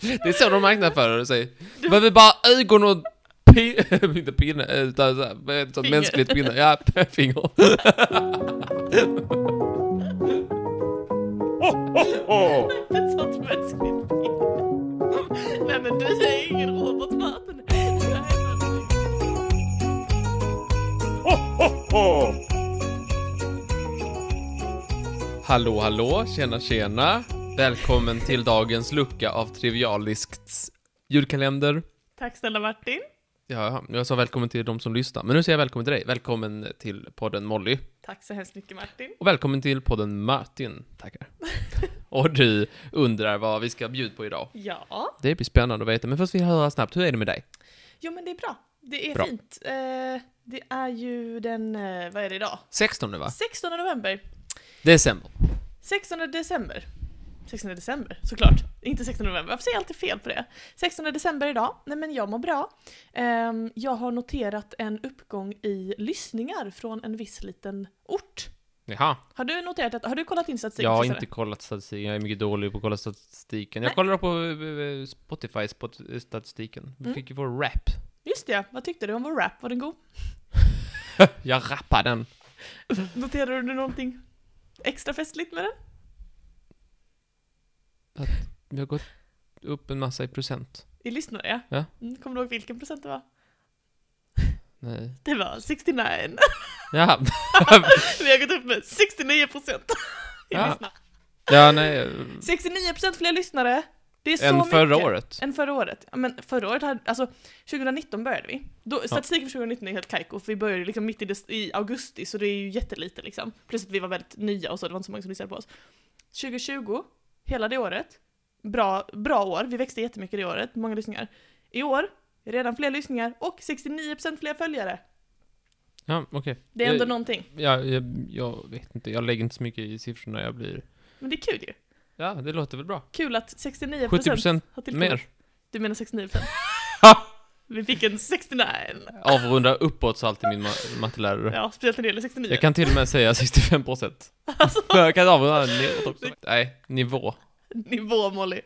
Det är så de marknadsför sig. Du behöver bara ögon och pi- inte pinne, utan så här, med ett sånt Finger. mänskligt pinne. Ja, finger. Ett sånt mänskligt liv. Nej men du är ingen Robert Martin. Hallå, hallå, tjena, tjena. Välkommen till dagens lucka av Trivialisks julkalender. Tack snälla Martin. Ja, jag sa välkommen till de som lyssnar, men nu säger jag välkommen till dig. Välkommen till podden Molly. Tack så hemskt mycket Martin. Och välkommen till podden Martin. Tackar. Och du undrar vad vi ska bjuda på idag. Ja. Det blir spännande att veta, men först vill jag höra snabbt, hur är det med dig? Jo men det är bra. Det är Bra. fint. Eh, det är ju den, eh, vad är det idag? 16 va? 16 november. December. 16 december. 16 december, såklart. Inte 16 november, varför säger jag alltid fel på det? 16 december idag, nej men jag mår bra. Ehm, jag har noterat en uppgång i lyssningar från en viss liten ort. Jaha. Har du noterat att, har du kollat in statistiken? Jag har Susanne? inte kollat statistiken, jag är mycket dålig på att kolla statistiken. Nej. Jag kollar på eh, Spotify spot- eh, statistiken. Vi Mm. fick ju vår rap. Just det, vad tyckte du om vår rap? Var den god? Jag rappar den. Noterade du någonting extra festligt med den? Vi har gått upp en massa i procent. I lyssnare ja. Ja. Mm, Kommer du ihåg vilken procent det var? Nej. Det var 69. Jaha. Vi har gått upp med 69 procent. Ja. Ja, nej. eh, 69 procent fler lyssnare. Det är så Än mycket. förra året. Än förra året. Ja, men förra året hade, alltså 2019 började vi. Då, statistiken för 2019 är helt kajko, för vi började liksom mitt i, des, i augusti, så det är ju jättelite liksom. Plus att vi var väldigt nya och så, det var inte så många som lyssnade på oss. 2020, hela det året, bra, bra år, vi växte jättemycket det året, många lyssningar. I år, redan fler lyssningar och 69% fler följare. Ja, okej. Det är ändå jag, någonting. ja, jag, jag vet inte, jag lägger inte så mycket i siffrorna, jag blir... Men det är kul ju. Ja, det låter väl bra. Kul att 69% 70% har tillkommit. mer. Du menar 69%? vi fick en 69! Avrunda uppåt så alltid min ma- mattelärare. Ja, speciellt när det gäller 69. Jag kan till och med säga 65 procent. Alltså, Jag kan avrunda neråt också. Nej, nivå. Nivå Molly.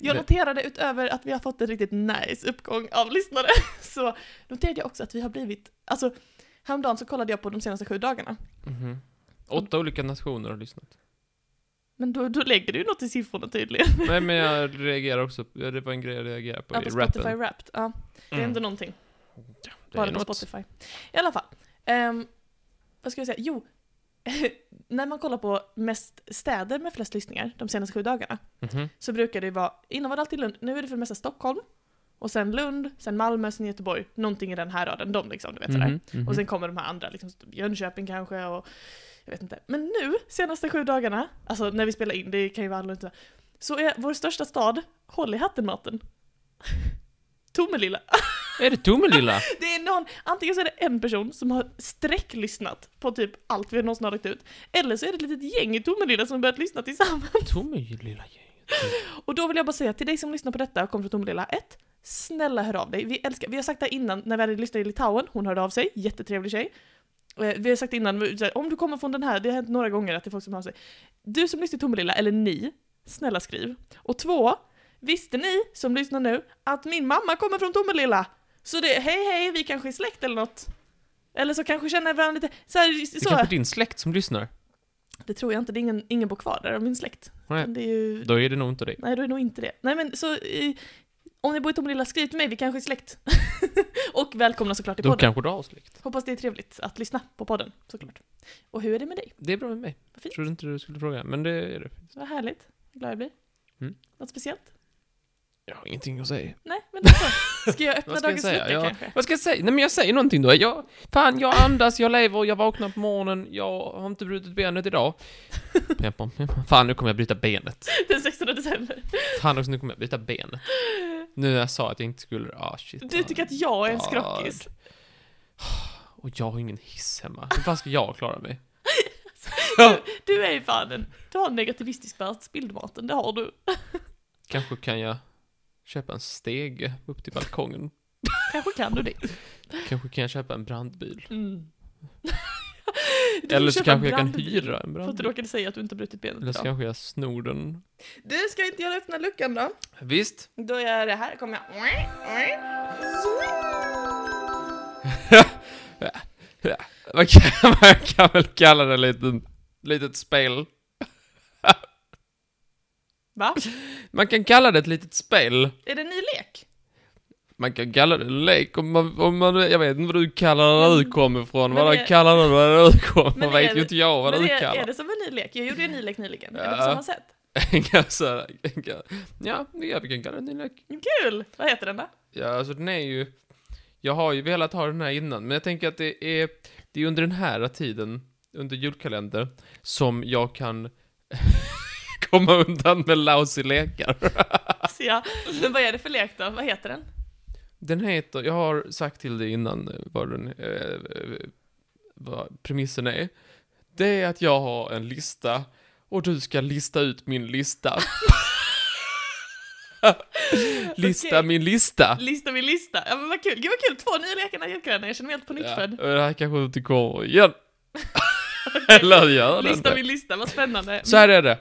Jag Det- noterade utöver att vi har fått en riktigt nice uppgång av lyssnare, så noterade jag också att vi har blivit, alltså häromdagen så kollade jag på de senaste sju dagarna. Mhm. Åtta olika nationer har lyssnat. Men då, då lägger du ju något i siffrorna tydligen. Nej, men jag reagerar också. Ja, Det var en grej jag reagerade på Ja, i på rappen. Spotify Wrapped. Ja, det är Mm. ändå någonting. Det Bara är på något. Spotify. I alla fall. Ehm, vad ska jag säga? Jo. när man kollar på mest städer med flest lyssningar de senaste sju dagarna Mhm. så brukar det vara, innan var det alltid Lund, nu är det för det mesta Stockholm, och sen Lund, sen Malmö, sen Göteborg, någonting i den här raden, de liksom, du vet sådär. Mhm, mhm. Och sen kommer de här andra, liksom Jönköping kanske och jag vet inte. Men nu, senaste sju dagarna, alltså när vi spelar in, det kan ju vara annorlunda, så är vår största stad, håll i hatten Martin. Tomelilla. Är det Tomelilla? Det är någon, antingen så är det en person som har sträcklyssnat på typ allt vi någonsin har lagt ut, eller så är det ett litet gäng i Tomelilla som har börjat lyssna tillsammans. Tomelilla gänget. Och då vill jag bara säga till dig som lyssnar på detta och kommer från Tomelilla 1, snälla hör av dig. Vi älskar, vi har sagt det innan när vi hade lyssnat i Litauen, hon hörde av sig, jättetrevlig tjej. Eh, Vi har sagt innan, vi- så här, om du kommer från den här, det har hänt några gånger att det är folk som hör av sig. Du som lyssnar i Tomelilla, eller ni, snälla skriv. Och två, visste ni som lyssnar nu att min mamma kommer från Tomelilla? Så det, hej hej, vi kanske är släkt eller något. Eller så kanske känner varandra lite, så, här, Det är kanske så. din släkt som lyssnar? Det tror jag inte, det är ingen, ingen bor kvar där av min släkt. Nej. Det är ju Då är det nog inte det. Nej, då är det nog inte det. Nej men så, eh, om ni bor i Tomelilla, skriv till mig, vi kanske är släkt. och välkomna såklart till Då podden. kanske du har släkt. Hoppas det är trevligt att lyssna på podden, såklart. Och hur är det med dig? Det är bra med mig. Vad fint. Trodde inte du skulle fråga, men det är det. Vad härligt, Vad glad jag blir. Mm. Något speciellt? Jag har ingenting att säga. Nej, men alltså, Ska jag öppna Vad ska jag dagens lucka säga? Jag, kanske? vad ska jag säga? Nej men jag säger någonting då. Jag, fan, jag andas, jag lever, jag vaknar på morgonen, jag har inte brutit benet idag. Peppar, peppar. fan, nu kommer jag bryta benet. Den 16 december. Fan också, nu kommer jag bryta benet. Nu när jag sa att jag inte skulle, ah shit. Du tycker att jag är en God. skrockis. Och jag har ingen hiss hemma. Hur fan ska jag klara mig? Du, du är ju fan en, du har en negativistisk världsbild Martin, det har du. Kanske kan jag köpa en stege upp till balkongen. Kanske kan du det. Kanske kan jag köpa en brandbil. Mm. Du Eller får så köpa en kanske jag kan brandbil. hyra en För att du brandbil. råkade säga att du inte brutit benet Eller så idag. kanske jag snor den. Du, ska inte jag öppna luckan då? Visst. Då gör jag det här, kommer jag... Man kan, man kan väl kalla det lite, litet spel. Va? Man kan kalla det ett litet spel. Är det en ny lek? Man kan kalla det lek om man, om man jag vet inte vad du kallar det där du kommer ifrån. Mm. Men Vad är- du kallar det där du kommer Men ifrån är vet det- ju inte jag vad Men du är, är kallar det som en ny lek? Jag gjorde ju en ny lek nyligen. Är det på Ja. samma sätt? Ja, så här, Ja, ja, vi kan kalla det en ny lek. Kul! Vad heter den då? Ja, alltså den är ju... Jag har ju velat ha den här innan, men jag tänker att det är, det är under den här tiden, under julkalender, som jag kan komma undan med lousy lekar. Så jag, men vad är det för lek då? Vad heter den? Den heter, jag har sagt till dig innan eh, vad den, eh, eh, vad premissen är. Det är att jag har en lista och du ska lista ut min lista. lista Okej. min lista. Lista min lista. Ja men vad kul. Gud vad kul! Två nya lekar när jag känner Jag känner mig helt pånyttfödd. och det här kanske inte kommer igen. Eller gör det Lista inte. min lista, vad spännande. Så här är det.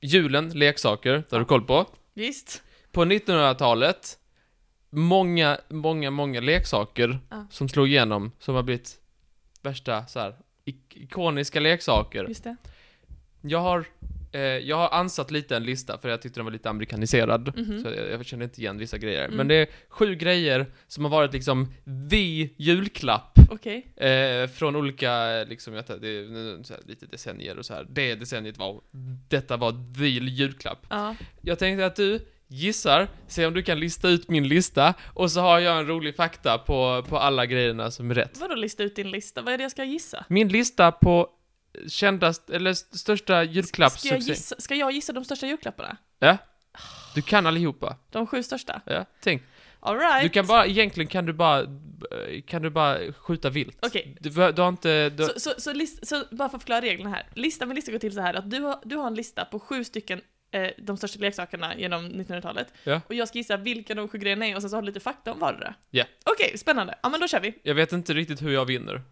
Julen, leksaker, det har du koll på. Visst. På 1900-talet, många, många, många leksaker Ja. som slog igenom, som har blivit värsta så här, ik- ikoniska leksaker. Just det. Jag har, eh, jag har ansatt lite en lista för jag tyckte den var lite amerikaniserad. Mhm. Så jag, jag kände inte igen vissa grejer. Mm. Men det är sju grejer som har varit liksom the julklapp Okej. Eh, från olika, eh, liksom, jag tar, det är nu- så här, lite decennier och så här. Det decenniet var, detta var the julklapp. Ja. Jag tänkte att du gissar, se om du kan lista ut min lista, och så har jag en rolig fakta på, på alla grejerna som är rätt. Vadå lista ut din lista? Vad är det jag ska gissa? Min lista på kändast, eller st- största Ska jag julklappssuccé. gissa, ska jag gissa de största julklapparna? Ja? Du kan allihopa. De sju största? Ja, tänk. Alright. Du kan bara, egentligen kan du bara, eh, kan du bara skjuta vilt. Okej. Du, du har inte, du, Så, så, så, list, så bara för att förklara reglerna här. Listan med lista går till så här att du har, du har en lista på sju stycken eh, de största leksakerna genom 1900-talet. Ja. Och jag ska gissa vilka de sju grejerna är och sen så har du lite fakta om vardera. Ja. Okej, spännande. Ja men då kör vi. jag vet inte riktigt hur jag vinner.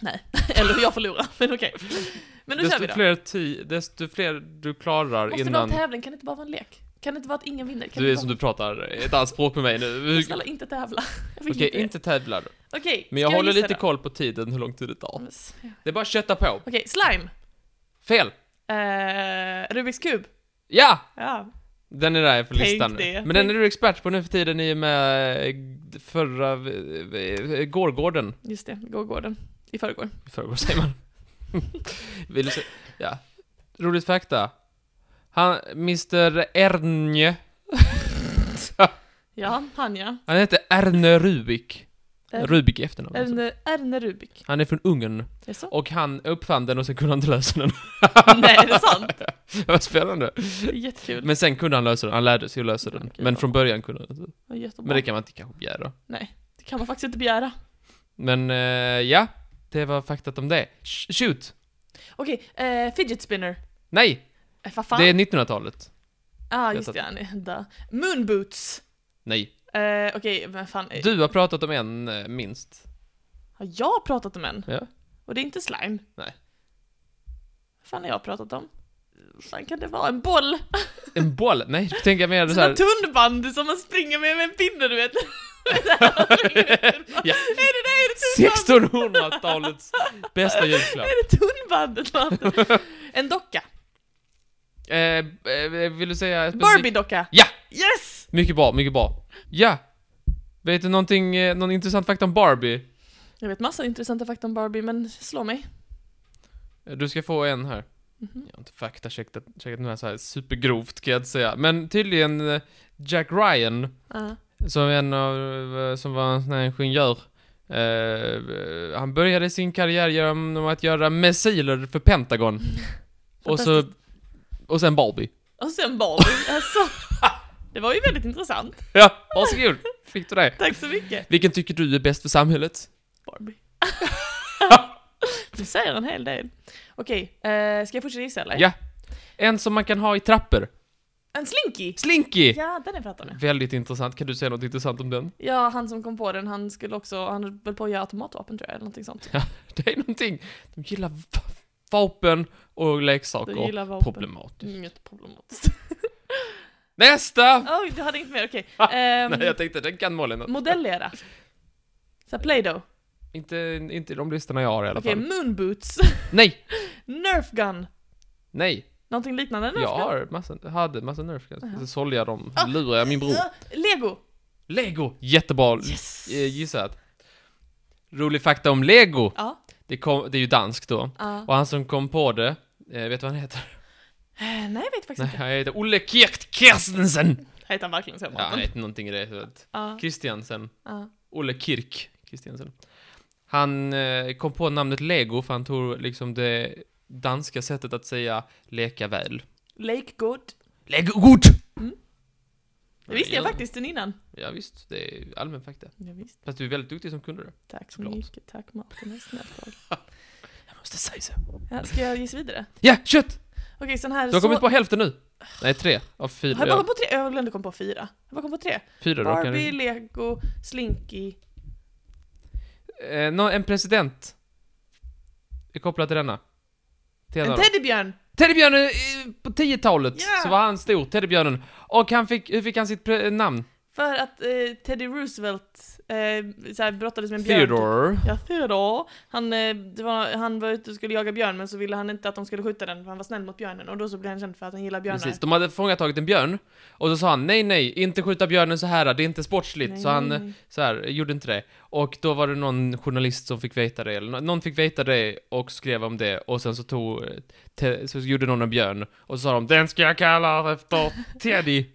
Nej, eller hur jag förlorar. Men okej. Men nu kör Desto vi då. fler, ti, desto fler du klarar Måste det vara innan... en tävling? Kan det inte bara vara en lek? Kan det inte vara att ingen vinner? Du Kan det är inte som vara... du pratar ett annat språk med mig nu. Snälla, inte tävla. Jag vill Okej, inte det. inte tävlar. Okej, Men jag ska håller gissa lite då? koll på tiden, hur lång tid det tar. Men s- ja. Det är bara att kötta på. Okej, slime. Fel! Eh, Rubiks kub. Ja! Ja. Den är där på Tänk listan. det. Men den är du expert på nu för tiden i och med eh, förra... eh, Gårgården. Just det, gården. I förrgår. I förrgår säger man. Vill du se? Ja. Roligt fakta. Han, Mr Erne. Ja, han ja. Eh, Han heter Erne Rubik. Er- Rubik i efternamn. alltså. Erne, Erne Rubik. Han är från Ungern. Jaså? Och han uppfann den och sen kunde han inte lösa den. Nej, är det sant? Vad spännande. Det är Jättekul. Men sen kunde han lösa den, han lärde sig att lösa den. Okej, Men ja. från början kunde han inte. Ja, jättebra. Men det kan man inte kanske begära. Nej, det kan man faktiskt inte begära. Men eh, ja, det var faktat om det. Sh- Shoot! Okej, eh, fidget spinner. Nej! Eh, vad fan? Det är 1900-talet. Ah, Jag just satt- det. ja, nej, da. Moonboots. Nej. Eh, Okej, men fan. eh, Du har pratat om en eh, minst. Har jag pratat om en? Ja. Och det är inte slime? Nej. Vad fan har jag pratat om? Vad fan kan det vara? En boll? En boll? Nej, då tänker jag mer så Sådana här. tunnband som man springer med med en pinne, du vet. Man springer med en tunnband. Ja. Är det det? Är det tunnband? 1600-talets bästa julklapp. Är det tunnbandet? man? En docka. Eh, eh, vill du säga... Barbie-docka. Ja! Yes! Mycket bra, mycket bra. Ja! Vet du någonting, eh, någon intressant fakta om Barbie? Jag vet massa intressanta fakta om Barbie, men slå mig. Eh, Du ska få en här. Mhm. Jag har inte faktacheckat checkat den här så här supergrovt kan jag inte säga. Men tydligen eh, Jack Ryan, Ja. som är en av, eh, som var en sån här ingenjör. eh, eh, han började sin karriär genom att göra missiler för Pentagon. Mm. och så, och sen Barbie. Och sen Barbie, alltså. Det var ju väldigt intressant. Ja, varsågod! Fick du det? Tack så mycket. Vilken tycker du är bäst för samhället? Barbie. Du säger en hel del. Okej, eh, ska jag fortsätta gissa eller? Ja. En som man kan ha i trappor. En slinky! Slinky! Ja, den är pratar med. Väldigt intressant. Kan du säga något intressant om den? Ja, han som kom på den, han skulle också, han höll på att göra automatvapen tror jag, eller någonting sånt. Det är någonting. De gillar va- vapen och leksaker. Du gillar vapen. Problematiskt. Inget problematiskt. Nästa! Oj, du hade inget mer, okej. Ehm, Nej, jag tänkte den kan Malin. modellera. Så här, Play-Doh. Inte, inte i de listorna jag har i alla Okej, fall. moonboots. Nej! Nerf gun. Nej! Någonting liknande nerf Jag gun? har massa, hade massa nerf guns. Jaha. Så sålde jag dem. Ah. Lurade jag min bror. Ah, Lego! Lego! Jättebra Yes! eh, gissat. Rolig fakta om Lego. Ja. Det, kom, det är ju danskt då. ja. Och han som kom på det, eh, vet du vad han heter? Eh, Nej, jag vet faktiskt Nej, inte. han heter Olle Kirk Kirstensen! Heter han verkligen så? Ja, han heter någonting i det. så att- Ja, Christiansen. ja. Olle Kirk Christiansen. Han eh, kom på namnet Lego för han tog liksom det danska sättet att säga leka väl. Lake God. Lego god! Mm. Det visste jag Ja, faktiskt den innan. Ja, visst, det är allmän fakta. Ja, visst. Fast du är väldigt duktig som kunde det. Tack så Såklart. mycket. Tack Martin, det är snällt av dig. Jag måste säga så. ja, Ska jag gissa vidare? Ja, kött! Okej, sån här... Du har så- kommit på hälften nu. Nej, tre av fyra. Har jag bara ja, kommit på tre? Jag glömde komma på fyra. Jag bara kom på tre. fyra då kan Barbie, du. Lego, Slinky. Eh, nå, en president. Är kopplad till denna. Till en En av dem. teddybjörn! Teddybjörnen eh, på 10-talet Ja. så var han stor, Teddybjörnen. Och han fick, hur fick han sitt pre- namn? För att eh, Teddy Roosevelt eh, så här, brottades med en björn. Theodore. Ja, Theodore. Han, eh, det var, han var ute och skulle jaga björn men så ville han inte att de skulle skjuta den för han var snäll mot björnen och då så blev han känd för att han gillar björnar. Precis, de hade fångatagit en björn. Och så sa han nej, nej, inte skjuta björnen så här, det är inte sportsligt. Nej, så han nej, eh, nej. så här, gjorde inte det. Och då var det någon journalist som fick veta det, eller nå- någon fick veta det och skrev om det. Och sen så tog, eh, te, så gjorde någon en björn. Och så sa de, den ska jag kalla efter Teddy.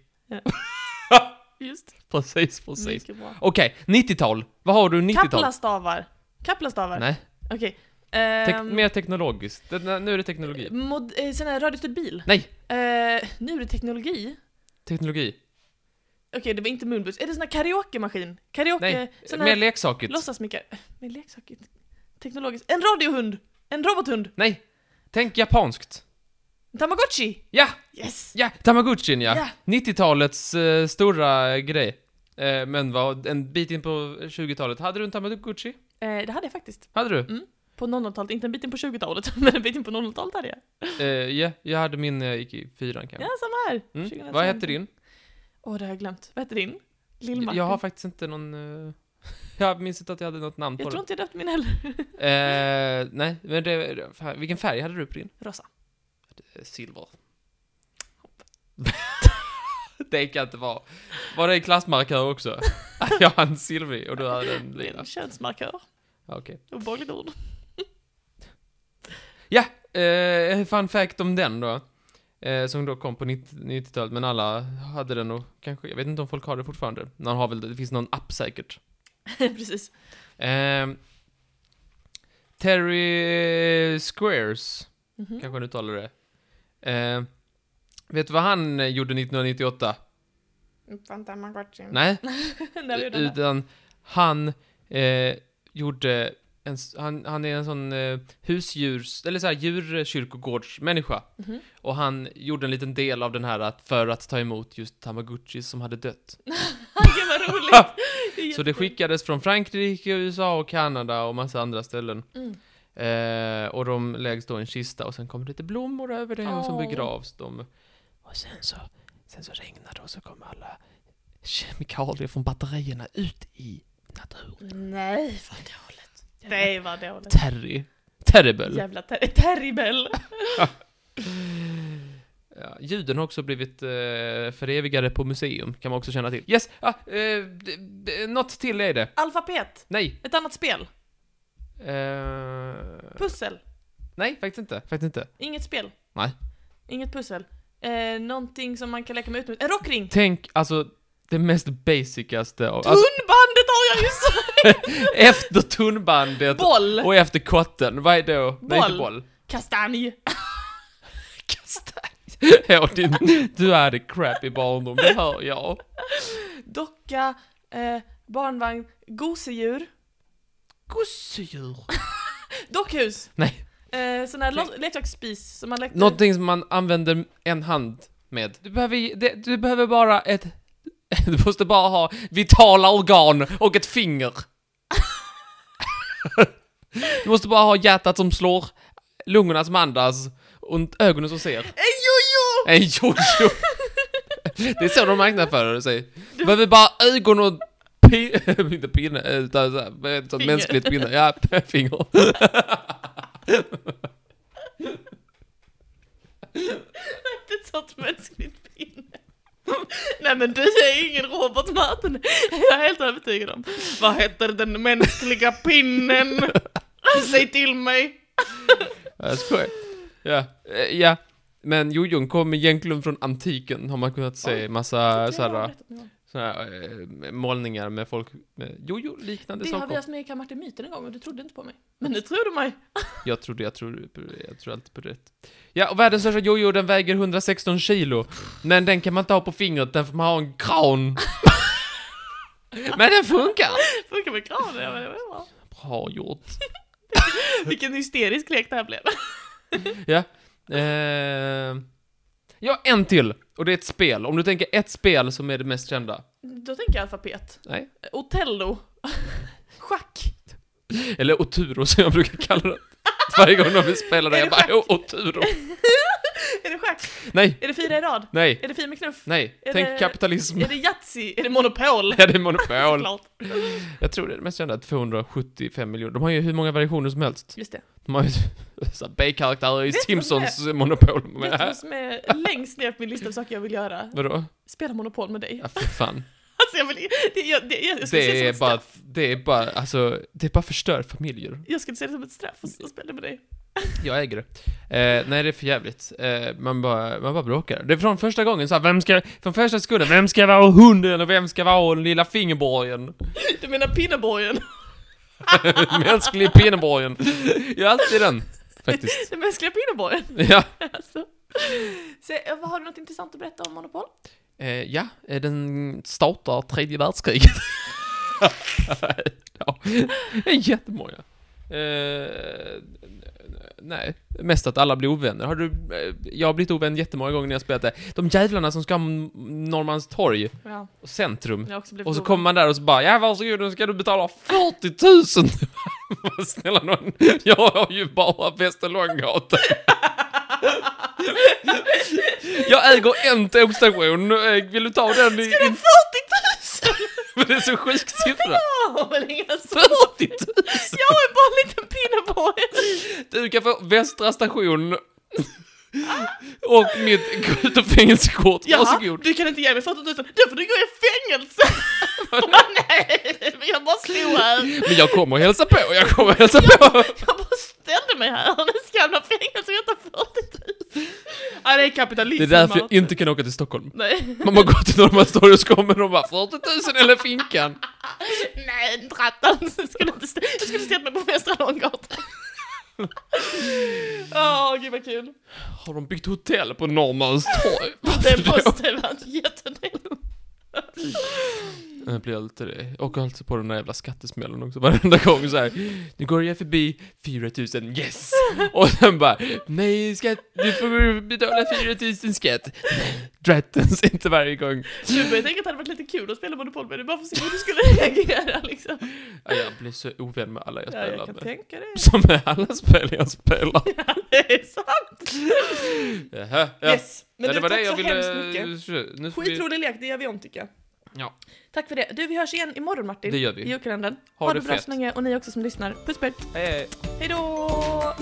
Just precis, det. precis. Mycket bra. Okej, 90-tal. Vad har du 90-tal? Kaplastavar. Kaplastavar. Nej, Okej. tek, ehm, mer teknologiskt. Det, nu är det teknologi. mod, eh, sån här radiostyrd bil. Nej, Eh, nu är det teknologi. teknologi. Okej, det var inte moonboots. Är det sån här karaokemaskin? Karaoke... Nej, eh, sån mer här leksakigt. låtsasmikar? Med leksaker? Teknologiskt. En radiohund! En robothund! Nej, tänk japanskt. Tamagotchi! Ja! Yes! Ja, Tamagotchin ja. Ja. 90-talets eh, stora grej. Eh, men vad, en bit in på 20-talet. Hade du en Tamagotchi? Eh, det hade jag faktiskt. Hade du? På 00-talet, inte en bit in på 20-talet, men en bit in på 00-talet hade jag. Eh, Ja, jag hade min när jag gick i fyran Ja, kanske. samma här. Mm. Vad hette din? Åh, det har jag glömt. Vad heter din? Lill-Martin? Jag har faktiskt inte någon... eh, jag minns inte att jag hade något namn på Jag tror den. inte jag döpt min heller. Eh, nej, men det, fan, vilken färg hade du på din? Rosa. Eh, Silver. det kan inte vara. Var det en klassmarkör också? jag hade en silvrig och du hade en Det är lila. en könsmarkör. Ja, Okej. Obehagligt ord. Eh, fun fact om den då. Eh, som då kom på 90 90-talet, men alla hade den och kanske, jag vet inte om folk har det fortfarande. Man har väl, det finns någon app säkert. Precis. Eh, Terry Squares, Mhm. kanske han uttalar det. Eh, vet du vad han eh, gjorde 1998? Fan, Tamagotchi. Nej, Där gjorde han det. utan han eh, gjorde en, s- han, han är en sån eh, husdjurs, eller så här djurkyrkogårdsmänniska. Mhm. Och han gjorde en liten del av den här att, för att ta emot just Tamagotchis som hade dött. Gud vad roligt! är Så det jättekul. skickades från Frankrike, USA och Kanada och massa andra ställen. Mm. Eh, och de läggs då i en kista och sen kommer lite blommor över det och sen Åh. begravs de. Och sen så, sen så regnar det och så kommer alla kemikalier från batterierna ut i naturen. Nej, vad dåligt. Nej, vad dåligt. Terry. Terrible. Jävla ter terribel. Ja, ljuden har också blivit eh, förevigade på museum, kan man också känna till. Yes! Ah, eh, d- d- något till är det. Alfabet. Nej. Ett annat spel. Eh, Pussel. nej, faktiskt inte. Faktiskt inte. Inget spel. Nej. Inget pussel. Eh, någonting som man kan leka med utomhus. En rockring! Tänk, alltså, det mest basicaste av... Alltså, Tunnbandet har jag ju sagt! efter tunnbandet Boll! och efter kotten, vad är då? Nej, inte Boll. boll. Kastanj! Ja, din, du hade crappy barndom, det hör jag. Docka, eh, barnvagn, gosedjur, Gosedjur. dockhus! Nej. Eh, sån här lo- leksaksspis som man lekte... Någonting som man använder en hand med. Du behöver, ju- det- du behöver bara ett... Du måste bara ha vitala organ och ett finger. Du måste bara ha hjärtat som slår, lungorna som andas och ögonen som ser. En jojo! En jojo! Det är så de marknadsför sig. Du behöver bara ögon och pi- inte pinne, utan så här, vad heter det, Finger. mänskligt pinne. Ja, finger. Ett sånt mänskligt pinne. Nej men du är ingen Robert Martin. Jag är helt övertygad om. Vad heter den mänskliga pinnen? Säg till mig. Jag skojar. Ja, eh, ja. Men jojon kom egentligen från antiken, har man kunnat se. Oj, Massa Det har jag sådana berättat någon gång. här, eh, målningar med folk med jojo-liknande Det har vi saker. haft med i Kammarte Myten en gång och du trodde inte på mig. Men nu tror du mig. Jag trodde, jag trodde, på- jag tror alltid på rätt. Ja, och världens största jojo, den väger 116 kilo. Men den kan man inte ha på fingret, den får man ha en kran. Men den funkar! Funkar med kranen, ja men det var bra. Bra gjort. Vilken hysterisk lek det här blev. Ja. Eh, ja, en till. Och det är ett spel. Om du tänker ett spel som är det mest kända. Då tänker jag alfabet. Nej. Otello. Schack. Eller Oturo som jag brukar kalla det. Varje gång de vill spela det, Är jag det bara schack? "Åh, Oturo. Är det schack? Nej, Är det fyra i rad? nej, Är det fyra med knuff? nej. Är Tänk det- kapitalism. Är det Yatzy? Är det Monopol? Ja, det är monopol. Såklart. Jag tror det är det mest kända, 275 miljoner. De har ju hur många variationer som helst. Just det. De har ju så här B-karaktärer i Vet du vad som Simpsons monopol. Vet du vad Med. som är längst ner på min lista av saker jag vill göra? Vadå? Spela Monopol med dig. Ja, för fan. Alltså jag vill... Det, jag, det, jag, jag skulle se Det det är som ett bara, straff. det är bara, alltså, det är bara förstör familjer. Jag skulle se det som ett straff att att spela med dig. Jag äger det. Eh, nej, det är för jävligt. Eh, man, bara, man bara bråkar. Det är från första gången så här, vem ska, från första sekunden, vem ska vara hunden och vem ska vara den lilla fingerborgen? Du menar Pinneborgen? Mänsklig pinneborgen. Jag har alltid den, faktiskt. Den mänskliga Pinneborgen? Ja. Alltså. Så, eh, vad- har du något intressant att berätta om Monopol? Eh, ja, eh, den startar tredje världskriget. ja, det är jättemånga. Eh, n- n- nej, mest att alla blir ovänner. Har du, eh, jag har blivit ovän jättemånga gånger när jag spelat det. De jävlarna som ska ha M- Norrmalmstorg Ja, och centrum. jag har också blivit Mm. Och så orolig. kommer man där och så bara, ja varsågod, nu ska du betala 40 000! Vad Snälla någon, jag har ju bara Västerlånggatan. jag äger en tågstation, eh, vill du ta den? I, Ska du ha 40 000? men det är så sjuk siffra. Ja, men inga så. 40 000! Jag är bara en liten Pinneborgen. Du kan få Västra station och mitt ut och fängelsekort, Jaha, varsågod. du kan inte ge mig 40 000, då får du gå i fängelse! Bara, Nej, men jag bara slog här. Men jag kommer och hälsa på, jag kommer och hälsa på. Jag bara ställde mig här och nu ska jag hamna i fängelse och jag tar 40 000. Ja, det är kapitalism. Det är därför jag Martin. inte kan åka till Stockholm. Nej, Man bara går till Norrmalmstorg och så kommer de bara 40 000 eller finkan. nej, trattan. Jag skulle inte stä- jag skulle ställt mig på Västra Långgatan. Åh, gud vad kul. Har de byggt hotell på Norrmalmstorg? Den Varför då? posten var jättenöjd. Jag blir alltid det. Och alltså på den där jävla skattesmällen också. Varenda gång så här. Nu går jag förbi 4000, yes! Och sen bara, nej skatt, du får betala 4000 skatt. Drattens, inte varje gång. Du började tänka att det hade varit lite kul att spela Monopol med dig bara för att se hur du skulle reagera liksom. Ja, jag blir så ovän med alla jag Ja, jag spelar kan med. tänka det. Som med alla spel jag spelar. Det är sant! Jaha, ja. Yes! Men ja, du, det var tack det jag så hemskt mycket. ville... Nu ska vi... Skitrolig lek, det gör vi om tycker jag. Ja. Tack för det. Du, vi hörs igen imorgon Martin. Det gör vi. I julkalendern. Ha ha det det bra fett. så länge och ni också som lyssnar. Puss på er. Hej, hej. Hej då!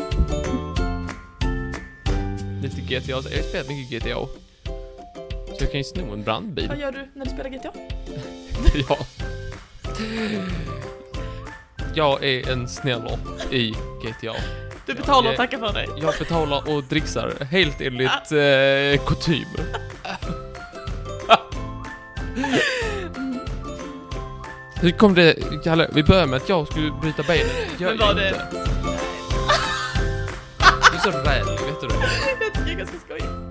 Lite GTA, jag har spelat mycket GTA. Så jag kan ju sno en brandbil. Vad gör du när du spelar GTA? Ja. Jag är en snäller i GTA. Du betalar jag- och tackar för dig. Jag betalar och dricksar helt Ah. enligt eh, kutym. Hur kom det, Kalle, vi började med att jag skulle bryta benet. Jag Men var gjorde det... Du är så rädd, vet du det? Jag tycker det är ganska skojigt.